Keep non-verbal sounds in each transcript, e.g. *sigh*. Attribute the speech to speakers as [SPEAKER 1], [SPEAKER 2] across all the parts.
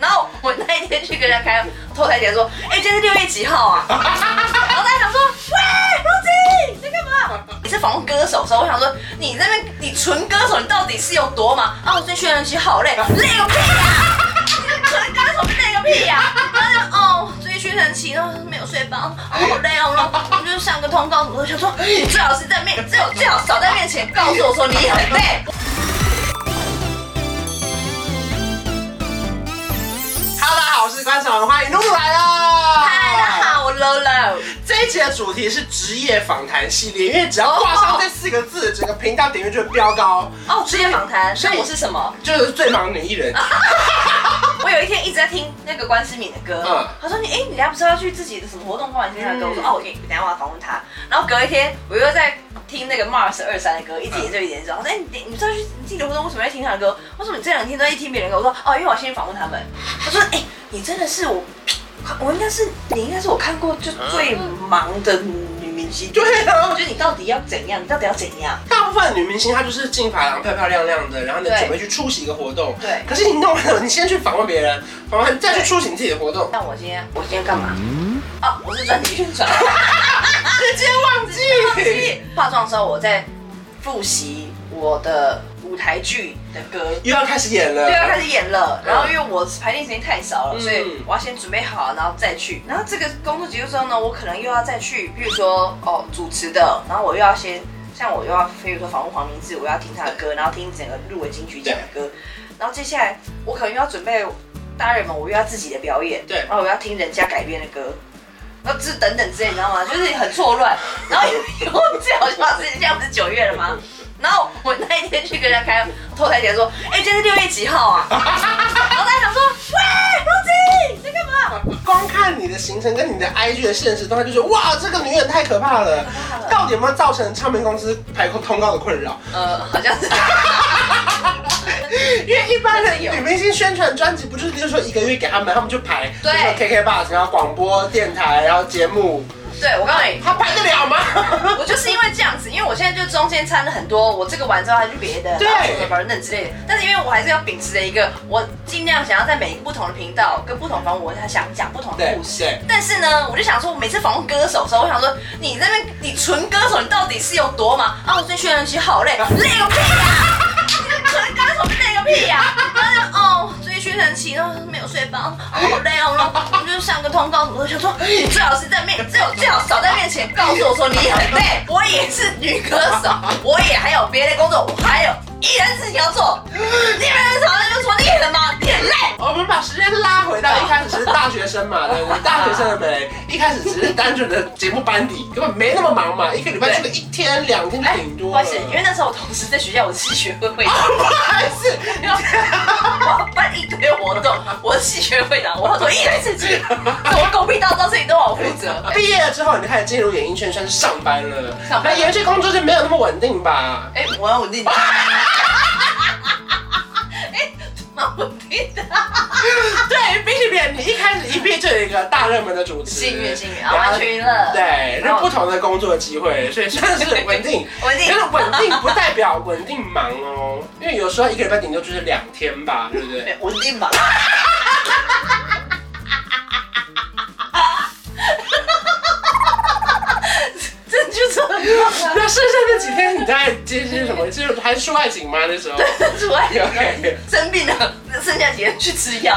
[SPEAKER 1] 然后我那一天去跟人家开后台前说，哎、今天是六月几号啊？然后大家想说，喂，陆金你在干嘛？你是访问歌手的时候，我想说你那边你纯歌手，你到底是有多忙啊？我最训练期好累，累个屁呀、你纯歌手累个屁呀、然后就哦，最近训练期然后没有睡饱，哦好累哦，然后我就上个通告什么的，我想说你最好是在面，最好最好少在面前告诉我说你很累。
[SPEAKER 2] Hello，大家好，我是关晓雯，欢迎露露来啦！
[SPEAKER 1] 嗨，大家。好，我 Lolo。
[SPEAKER 2] 这一集的主题是职业访谈系列，因为只要挂上这四个字，整个频道点阅就会飙高。
[SPEAKER 1] 哦，职业访谈，
[SPEAKER 2] 所
[SPEAKER 1] 所
[SPEAKER 2] 以
[SPEAKER 1] 以我是什么？
[SPEAKER 2] 就是最忙的女艺人，
[SPEAKER 1] *laughs* 我有一天一直在听那个关诗敏的歌，
[SPEAKER 2] 嗯
[SPEAKER 1] 他说你哎、你等下不是要去自己的什么活动吗？你听他的歌，
[SPEAKER 2] 嗯
[SPEAKER 1] 我说哦，我给你等一下我要访问他。然后隔一天我又在听那个 Mars 二三的
[SPEAKER 2] 嗯
[SPEAKER 1] 歌，一直研究一直研究。他说哎、你你知道去你自己的活动为什么要听他的歌？为什么你这两天都在听别人的歌？我说哦，因为我先去访问他们。他说哎、你真的是我，我应该是你应该是我看过就最忙的女明星。
[SPEAKER 2] 对啊
[SPEAKER 1] 我觉得你到底要怎样？你到底要怎样？
[SPEAKER 2] 大部分女明星她就是进发廊漂漂亮亮的，然后呢
[SPEAKER 1] 对
[SPEAKER 2] 准备去出席一个活动。
[SPEAKER 1] 对
[SPEAKER 2] 可是你弄完了，你先去访问别人，访问再去出席你自己的活动，
[SPEAKER 1] 那我今天我今天干嘛？啊，我是专辑宣传。
[SPEAKER 2] 嗯直接忘记。
[SPEAKER 1] 化妆的时候，我在复习我的舞台剧的歌。
[SPEAKER 2] 又要开始演了。
[SPEAKER 1] 对啊要开始演了。然后因为我排练时间太少了，
[SPEAKER 2] 啊嗯
[SPEAKER 1] 所以我要先准备好，然后再去。然后这个工作结束之后呢，我可能又要再去，比如说哦主持的，然后我又要先，像我又要，比如说访问黄明志，我要听他的歌，然后听整个入围金曲奖的歌。然后接下来我可能又要准备大热门，我又要自己的表演，
[SPEAKER 2] 对
[SPEAKER 1] 然后我要听人家改编的歌。然后这等等之类，你知道吗？就是很错乱。然后以后最好笑的是，现在不是九月了吗？然后我那一天去跟人家开后台前说，哎、今天是六月几号啊？ *laughs* 然后大家想说，喂，陆金你在干嘛？
[SPEAKER 2] 光看你的行程跟你的 IG 的现实动态，就觉得哇，这个女人太可怕了。到底有没有造成唱片公司排通告的困扰？
[SPEAKER 1] 呃，好像是。 *laughs*
[SPEAKER 2] 因为一般的
[SPEAKER 1] 真的有
[SPEAKER 2] 女明星宣传专辑不就是就是说一个月给他们，他们就排
[SPEAKER 1] 对
[SPEAKER 2] 就是说 KK Bus，然后广播电台，然后节目，
[SPEAKER 1] 对，我告诉你，
[SPEAKER 2] 他排得了吗？
[SPEAKER 1] *laughs* 我就是因为这样子，因为我现在就中间掺了很多，我这个完之后还去别的，
[SPEAKER 2] 对
[SPEAKER 1] 然后什么玩等之类的。但是因为我还是要秉持着一个，我尽量想要在每一个不同的频道跟不同的访问，我想讲不同的故事
[SPEAKER 2] *laughs* 对对。
[SPEAKER 1] 但是呢，我就想说，我每次访问歌手的时候，我想说，你那边你纯歌手，你到底是有多忙啊？我最训练期好累，累个屁呀、你纯歌手累个屁呀、然后啊就哦，最近训练期然后没有睡饱，哦好累哦，然后我就上个通告什么的，我想说你最好是在面，最好最好少在面前告诉我说你很累，我也是女歌手，我也还有别的工作，我还有艺人事情要做，你们常常就说你很忙，你很累，
[SPEAKER 2] 哦我们把时间拉回到一开始只是大学生嘛，对不对？大学生的美， *laughs* 一开始只是单纯的节目班底，根本没那么忙 *laughs* 嘛，一个礼拜出个一天两天
[SPEAKER 1] 哎
[SPEAKER 2] 顶，
[SPEAKER 1] 不
[SPEAKER 2] 多
[SPEAKER 1] 好
[SPEAKER 2] 了。
[SPEAKER 1] 意思，因为那时候我同时在学校，我是学会会长
[SPEAKER 2] 啊。不好意思，
[SPEAKER 1] 我办一堆活动，我是学会长，我要做一堆事情，我狗屁倒灶事情都我负责。
[SPEAKER 2] 毕业了之后，你就开始进入演艺圈，算是上班了。
[SPEAKER 1] 上班
[SPEAKER 2] 那演艺圈工作就没有那么稳定吧？
[SPEAKER 1] 哎、我要稳
[SPEAKER 2] *laughs*
[SPEAKER 1] 定。哎蛮稳定的，
[SPEAKER 2] 对，比起别人，你一开始一毕业就有一个大热门的主持，
[SPEAKER 1] 幸运幸运，
[SPEAKER 2] 然后
[SPEAKER 1] 啊，完全娱乐，
[SPEAKER 2] 对，
[SPEAKER 1] 然
[SPEAKER 2] 那
[SPEAKER 1] 后
[SPEAKER 2] 不同的工作机会，所以算是稳定。
[SPEAKER 1] *laughs* 稳定
[SPEAKER 2] 但是稳定不代表稳定忙哦，因为有时候一个礼拜顶多就是两天吧，对不
[SPEAKER 1] *laughs*
[SPEAKER 2] 对？
[SPEAKER 1] 对稳定吧。这就是
[SPEAKER 2] *laughs* 那剩下那几天你在接些什么？就是还是出外景吗？
[SPEAKER 1] *laughs*
[SPEAKER 2] 那时候？ *laughs*
[SPEAKER 1] 主爱
[SPEAKER 2] 对
[SPEAKER 1] 生病了，剩下几天去吃药。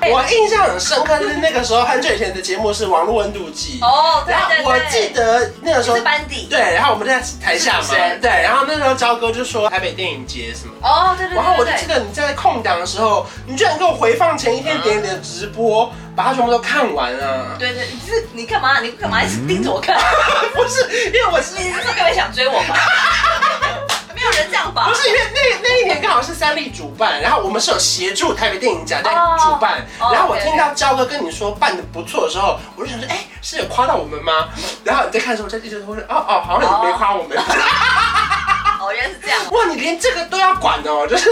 [SPEAKER 1] 哎
[SPEAKER 2] 我印象很深刻，就是那个时候很久以前的节目是《网络温度计》。
[SPEAKER 1] 哦，对
[SPEAKER 2] 然后
[SPEAKER 1] 对对，
[SPEAKER 2] 我记得那个时
[SPEAKER 1] 你
[SPEAKER 2] 候
[SPEAKER 1] 是班底。
[SPEAKER 2] 对，然后我们在台下嘛
[SPEAKER 1] 是主持人，
[SPEAKER 2] 对，然后那时候焦哥就说台北电影节什么。
[SPEAKER 1] 哦，对对对对
[SPEAKER 2] *laughs* 然后我就记
[SPEAKER 1] 对
[SPEAKER 2] 得你在空档的时候，你居然给我回放前一天点点的直播，把它全部都看完啊！ *laughs*
[SPEAKER 1] 对对，你是你干嘛？你干嘛一直盯着我看？
[SPEAKER 2] 不是，因为我是
[SPEAKER 1] 你是说各位想追我
[SPEAKER 2] *laughs*
[SPEAKER 1] 吗？没有人这样吧
[SPEAKER 2] 不？是因为那那一年刚好是三立主办，然后我们是有协助台北电影奖在
[SPEAKER 1] 哦
[SPEAKER 2] 主办，
[SPEAKER 1] 哦
[SPEAKER 2] 然后我
[SPEAKER 1] OK，OK
[SPEAKER 2] 听到焦哥跟你说办的不错的时候，我就想说，哎，是有夸到我们吗？
[SPEAKER 1] 嗯
[SPEAKER 2] 然后你在看的时候，我在一直说，哦哦，好像也没夸我
[SPEAKER 1] *laughs*
[SPEAKER 2] 们。
[SPEAKER 1] 哦，原来是这样。
[SPEAKER 2] 哇，你连这个都要管哦，就是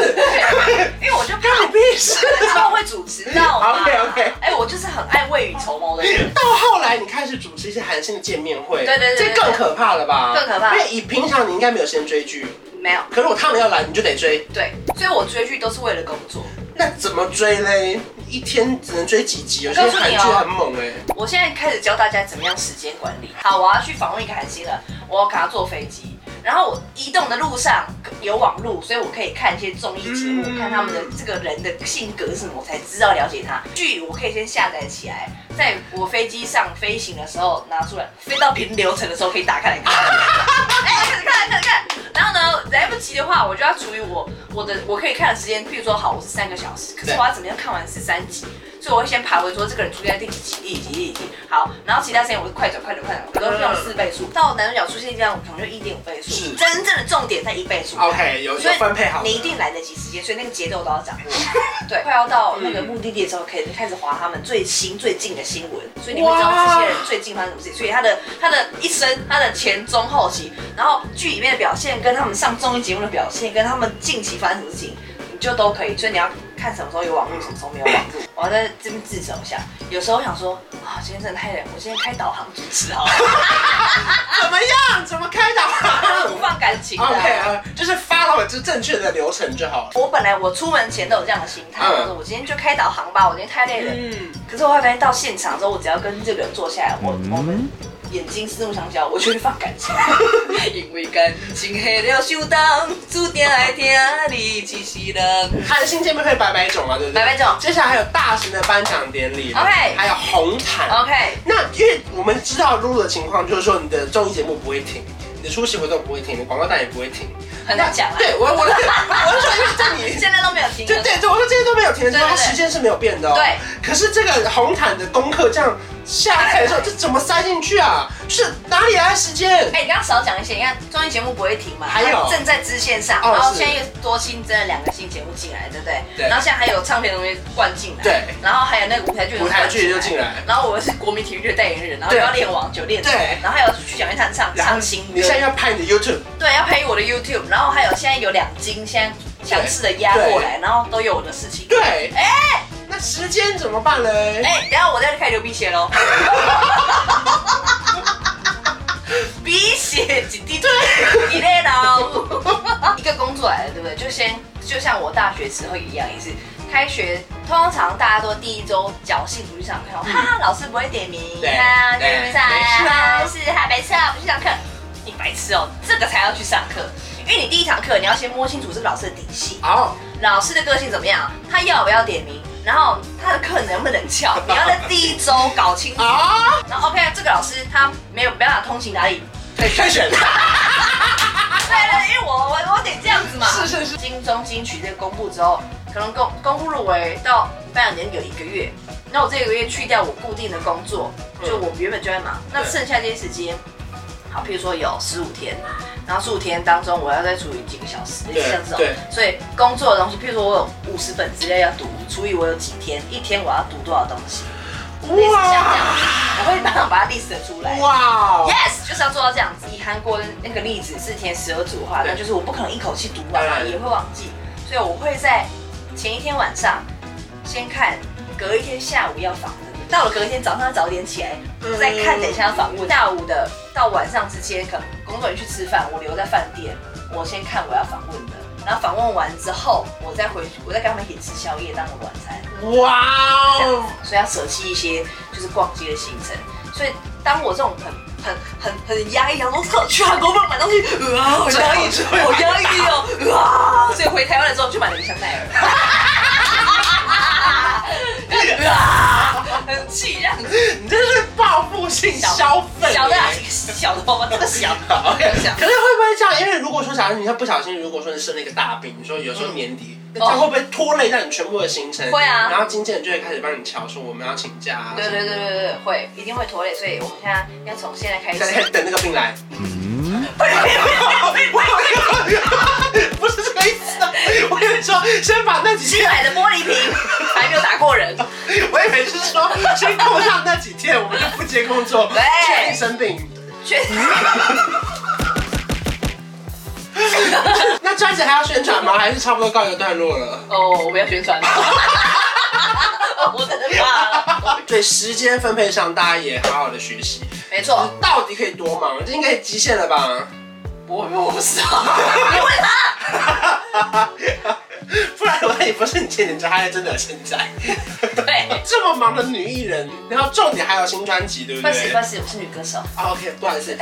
[SPEAKER 1] 因为我就怕
[SPEAKER 2] 干你 *laughs* 屁事！
[SPEAKER 1] 他会主持到嘛。
[SPEAKER 2] OK，OK
[SPEAKER 1] 哎，我就是很爱未雨绸缪的人。
[SPEAKER 2] *laughs* 到后来，你开始主持一些韩星的见面会，
[SPEAKER 1] 对对对对对
[SPEAKER 2] 这更可怕了吧？
[SPEAKER 1] 更可怕
[SPEAKER 2] 因为以平常你应该没有时间追剧，
[SPEAKER 1] 没有，
[SPEAKER 2] 可是我他们要来，你就得追。
[SPEAKER 1] 对，所以我追剧都是为了工作。
[SPEAKER 2] 那怎么追嘞？一天只能追几集？有些
[SPEAKER 1] 我告诉
[SPEAKER 2] 韩
[SPEAKER 1] 你
[SPEAKER 2] 剧
[SPEAKER 1] 哦
[SPEAKER 2] 很猛哎、
[SPEAKER 1] 我现在开始教大家怎么样时间管理。好，我要去访问一个韩星了，我要给他坐飞机。然后我移动的路上有网路，所以我可以看一些综艺节目，
[SPEAKER 2] 嗯
[SPEAKER 1] 看他们的这个人的性格是什么，我才知道了解他。剧我可以先下载起来，在我飞机上飞行的时候拿出来，飞到平流层的时候可以打开来看。哎，看看看看。然后呢，来不及的话，我就要除以我我的我可以看的时间，譬如说好，我是三个小时，可是
[SPEAKER 2] 对
[SPEAKER 1] 我要怎么样看完十三集？所以我会先排位说这个人出现在第几集、第几集、第几集。好，然后其他时间我就快转、快转、快转，我都是用四倍数。到男主角出现这样，我可能就一点五倍
[SPEAKER 2] 是
[SPEAKER 1] 数。真正的重点在一倍数。
[SPEAKER 2] OK，有
[SPEAKER 1] 所
[SPEAKER 2] 有
[SPEAKER 1] 以
[SPEAKER 2] 分配好的，
[SPEAKER 1] 你一定来得及时间，所以那个节奏都要掌 *laughs* 握。对，快要到那个目的地的时候，可以开始划他们最新最近的新闻，所以你会知道这些人最近发生什么事情。所以他的他的一生，他的前中后期，然后剧里面的表现，跟他们上综艺节目的表现，跟他们近期发生什么事情，你就都可以。所以你要看什么时候有网络，什么时候没有网络。 *laughs* 我要在这边自首一下，有时候想说啊，今天真的太累，我今天开导航主持 *laughs* 好了，
[SPEAKER 2] 怎么样？怎么开导啊
[SPEAKER 1] *laughs* 不放感情的。
[SPEAKER 2] ？OK 啊，就是 follow 这正确的流程就好了。
[SPEAKER 1] 我本来我出门前都有这样的心态，
[SPEAKER 2] 嗯
[SPEAKER 1] 我说我今天就开导航吧，我今天太累了。
[SPEAKER 2] 嗯，
[SPEAKER 1] 可是我后来发现到现场之后，我只要跟这个人坐下来，我我们眼睛四目相交，我就会放感情， *laughs* 因为感情黑了袖档，注定爱听你七夕的。
[SPEAKER 2] 韩星见面会百百种嘛，对不对？
[SPEAKER 1] 百百种
[SPEAKER 2] 接下来还有大型的颁奖典礼
[SPEAKER 1] OK
[SPEAKER 2] 还有红毯。
[SPEAKER 1] OK，
[SPEAKER 2] 那因为我们知道露的情况，就是说你的综艺节目不会停，你的出席活动不会停，你的广告单也不会停，
[SPEAKER 1] 很难讲啊
[SPEAKER 2] 那对我我的我是说，因为在
[SPEAKER 1] *laughs*
[SPEAKER 2] 你。
[SPEAKER 1] 现在都没有听。
[SPEAKER 2] 对对对，我说这些都没有停的，
[SPEAKER 1] 对对
[SPEAKER 2] 它
[SPEAKER 1] 对
[SPEAKER 2] 时间是没有变的哦。
[SPEAKER 1] 对。
[SPEAKER 2] 可是这个红毯的功课这样下来的时候，这怎么塞进去啊？就是哪里来的时间？
[SPEAKER 1] 哎、你刚刚少讲一些，你看综艺节目不会停嘛，
[SPEAKER 2] 还有
[SPEAKER 1] 它正在支线上，
[SPEAKER 2] 哦
[SPEAKER 1] 然后
[SPEAKER 2] 是
[SPEAKER 1] 现在又多新增了两个新节目进来，对不对？
[SPEAKER 2] 对
[SPEAKER 1] 然后现在还有唱片的东西灌进来，
[SPEAKER 2] 对
[SPEAKER 1] 然后还有那个舞台剧，
[SPEAKER 2] 舞台剧就进来
[SPEAKER 1] 然后我是国民体育队代言人，然后
[SPEAKER 2] 对
[SPEAKER 1] 又
[SPEAKER 2] 啊
[SPEAKER 1] 要练网球，练
[SPEAKER 2] 对
[SPEAKER 1] 然后还有去讲一唱唱
[SPEAKER 2] 然后
[SPEAKER 1] 唱新歌，
[SPEAKER 2] 你现在要拍你的 YouTube，
[SPEAKER 1] 对，要陪我的 YouTube，然后还有现在有两斤，现在强势的压过来，然后都有我的事情。
[SPEAKER 2] 对，
[SPEAKER 1] 哎
[SPEAKER 2] 那时间怎么办嘞？
[SPEAKER 1] 哎、等一下我再开始流鼻血喽。 *laughs* 鼻血几滴对，一类了。哦 *laughs* 一个工作来了，对不对？就先就像我大学时候一样，也是开学，通常大家都第一周侥幸不去上课，哈哈，老师不会点名，
[SPEAKER 2] 嗯对
[SPEAKER 1] 哈，
[SPEAKER 2] 对
[SPEAKER 1] 去上
[SPEAKER 2] 没事啊
[SPEAKER 1] 啊，是哈，白痴啊，不去上课，你白痴哦，这个才要去上课，因为你第一堂课你要先摸清楚这个老师的底细，
[SPEAKER 2] 好，
[SPEAKER 1] 老师的个性怎么样，他要不要点名，然后他的课能不能翘，你要在第一周搞清楚。
[SPEAKER 2] 啊，
[SPEAKER 1] 然后 OK，这个老师他没有没办法通情达理，
[SPEAKER 2] 可以哎开选。
[SPEAKER 1] 啊对对，因为我我我得这样子嘛。
[SPEAKER 2] 是是是。
[SPEAKER 1] 金钟金曲这个公布之后，可能公公布入围到颁奖典礼有一个月，那我这个月去掉我固定的工作，
[SPEAKER 2] 嗯
[SPEAKER 1] 就我原本就在忙，那剩下这些时间，好，譬如说有十五天，然后十五天当中我要再除以几个小时，类似像这种
[SPEAKER 2] 对，
[SPEAKER 1] 所以工作的东西，譬如说我有五十本资料要读，除以我有几天，一天我要读多少东西，类似像这样，我会马上把它 list 出来。
[SPEAKER 2] 哇哦
[SPEAKER 1] Yes，就是要做到这样子。以韩国的那个例子，四天十二组的话，
[SPEAKER 2] 对
[SPEAKER 1] 那就是我不可能一口气读
[SPEAKER 2] 当
[SPEAKER 1] 完嘛，
[SPEAKER 2] 然
[SPEAKER 1] 也会忘记，所以我会在前一天晚上先看，隔一天下午要访问，到了隔一天早上早点起来
[SPEAKER 2] 嗯
[SPEAKER 1] 再看，等一下要访问，下午的到晚上之间，可能工作人员去吃饭，我留在饭店，我先看我要访问的，然后访问完之后，我再回，我再跟他们一起吃宵夜当个晚餐。
[SPEAKER 2] 哇
[SPEAKER 1] 这样
[SPEAKER 2] 哦，
[SPEAKER 1] 子所以要舍弃一些就是逛街的行程。所以当我这种很很很很压抑，想说操去韩国不能买东西，啊，我压抑，我压抑哦，啊，所以回台湾的时候就买了一箱奈尔，啊，很气这样子，
[SPEAKER 2] *laughs* 你这是报复性消费。
[SPEAKER 1] 小的啊小的包包，这个小的包包，这个小
[SPEAKER 2] *laughs* 可是会不会这样？因为如果说，假如你看不小心，如果说你生了一个大病，你说有时候年底，那这样会不会拖累到你全部的行程？
[SPEAKER 1] 哦会啊
[SPEAKER 2] 然后经纪人就会开始帮你瞧，说我们要请假啊。
[SPEAKER 1] 对对对对对，会一定会拖累，所以我们现在要从现在开
[SPEAKER 2] 现在开
[SPEAKER 1] 始。
[SPEAKER 2] 始等那个病来。 *laughs*
[SPEAKER 3] 嗯，
[SPEAKER 2] 不是这个意思啊，我跟你说，先把那几天
[SPEAKER 1] 买的玻璃瓶还没有打过人，
[SPEAKER 2] 我以为是说先空上那几天，我们就不接工作，
[SPEAKER 1] 对
[SPEAKER 2] 确定生病。
[SPEAKER 1] 确实
[SPEAKER 2] 那专辑还要宣传吗？还是差不多告一个段落了？
[SPEAKER 1] 哦，我不要宣传了， *laughs* 我真的怕了。
[SPEAKER 2] 对时间分配上，大家也好好的学习。
[SPEAKER 1] 没错，
[SPEAKER 2] 到底可以多忙？这应该极限了吧？
[SPEAKER 1] 我我不知道，你问他，
[SPEAKER 2] 不然我也不是你前年差，还真的有现在。
[SPEAKER 1] 对，
[SPEAKER 2] 这么忙的女艺人，然后重点还有新专辑，对不
[SPEAKER 1] 不好意思，
[SPEAKER 2] 对？
[SPEAKER 1] 不好意思，我是女歌手。
[SPEAKER 2] 啊，OK，不好意
[SPEAKER 1] *laughs*
[SPEAKER 2] 思，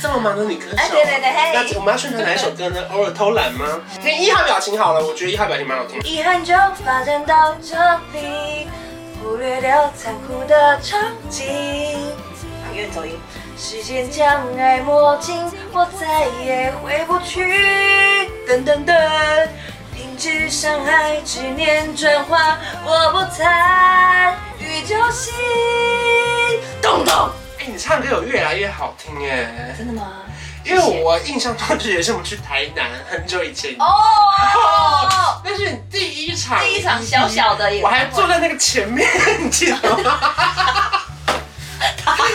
[SPEAKER 2] 这么忙的女歌手，
[SPEAKER 1] 哎对对对嘿
[SPEAKER 2] 那我们要宣传哪一首歌呢？偶尔偷懒吗？听一号表情好了，我觉得一号表情蛮好听的。
[SPEAKER 1] 遗憾就发展到这里，忽略掉残酷的场景。啊，有点走音。时间将爱磨尽，我再也回不去。等等等，停止伤害，执念转化，我不谈与就行。咚咚，
[SPEAKER 2] 哎、你唱歌有越来越好听哎，
[SPEAKER 1] 真的吗？
[SPEAKER 2] 因为我印象中就是也是我们去台南很久以前。
[SPEAKER 1] 哦，
[SPEAKER 2] 那是你第一场，
[SPEAKER 1] 第一场小小的演
[SPEAKER 2] 我
[SPEAKER 1] 唱会
[SPEAKER 2] 还坐在那个前面，你记
[SPEAKER 1] *laughs*
[SPEAKER 2] 得吗？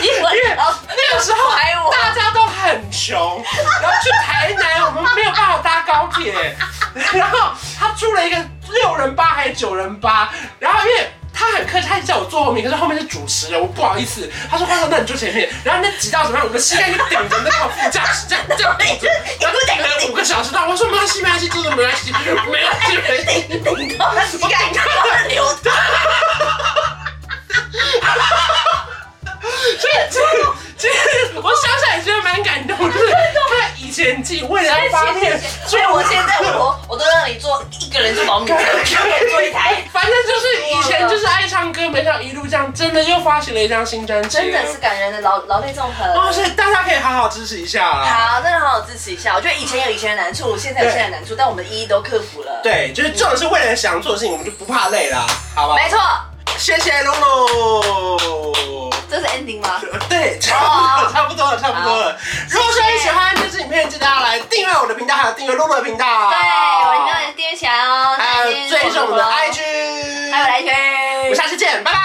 [SPEAKER 1] 英文
[SPEAKER 2] 那个时候
[SPEAKER 1] 还我
[SPEAKER 2] 大家都很穷，然后去台南，我们没有办法搭高铁，然后他租了一个六人八还是九人八，然后因为。他很客气，他一直叫我坐后面，可是后面是主持人，我不好意思。他说：“他说那你坐前面。”然后那挤到什么样，我的膝盖就顶着那个副驾驶，这样这样顶着，然后顶了五个小时到。我说：“没关系，没关系，真的没关系，没关系，没关
[SPEAKER 1] *laughs*
[SPEAKER 2] 系。”
[SPEAKER 1] 顶到膝盖都流淌。
[SPEAKER 2] 所以这个这个，我想想也觉得蛮感动，就是他以前自己为了要发片，
[SPEAKER 1] 所以哎我现在我我都让你做一个人做
[SPEAKER 2] *laughs*
[SPEAKER 1] 保姆，做一台，
[SPEAKER 2] 反正就是以前就是爱唱歌，没想到一路这样，真的又发行了一张新专辑，
[SPEAKER 1] 真的是。感人的劳劳累纵横。
[SPEAKER 2] 哦，所以大家可以好好支持一下啦。
[SPEAKER 1] 好，真的好好支持一下。我觉得以前有以前的难处，现在有现在的难处，但我们一一都克服了。，
[SPEAKER 2] 对，就是重点是为了想做的事情，我们就不怕累啦，好吧？
[SPEAKER 1] 没错，
[SPEAKER 2] 谢谢露露。
[SPEAKER 1] 这是 ending 吗？
[SPEAKER 2] 对，差不多，差不多了，差不多了。如果说你喜欢这支影片，记得要来订阅我的频道，还有订阅露露的频道。
[SPEAKER 1] 对，我一定要订阅起来哦。
[SPEAKER 2] 啊哎还有追踪我们的 IG，
[SPEAKER 1] 还有来
[SPEAKER 2] 我们
[SPEAKER 1] 圈。
[SPEAKER 2] 下次见，拜拜。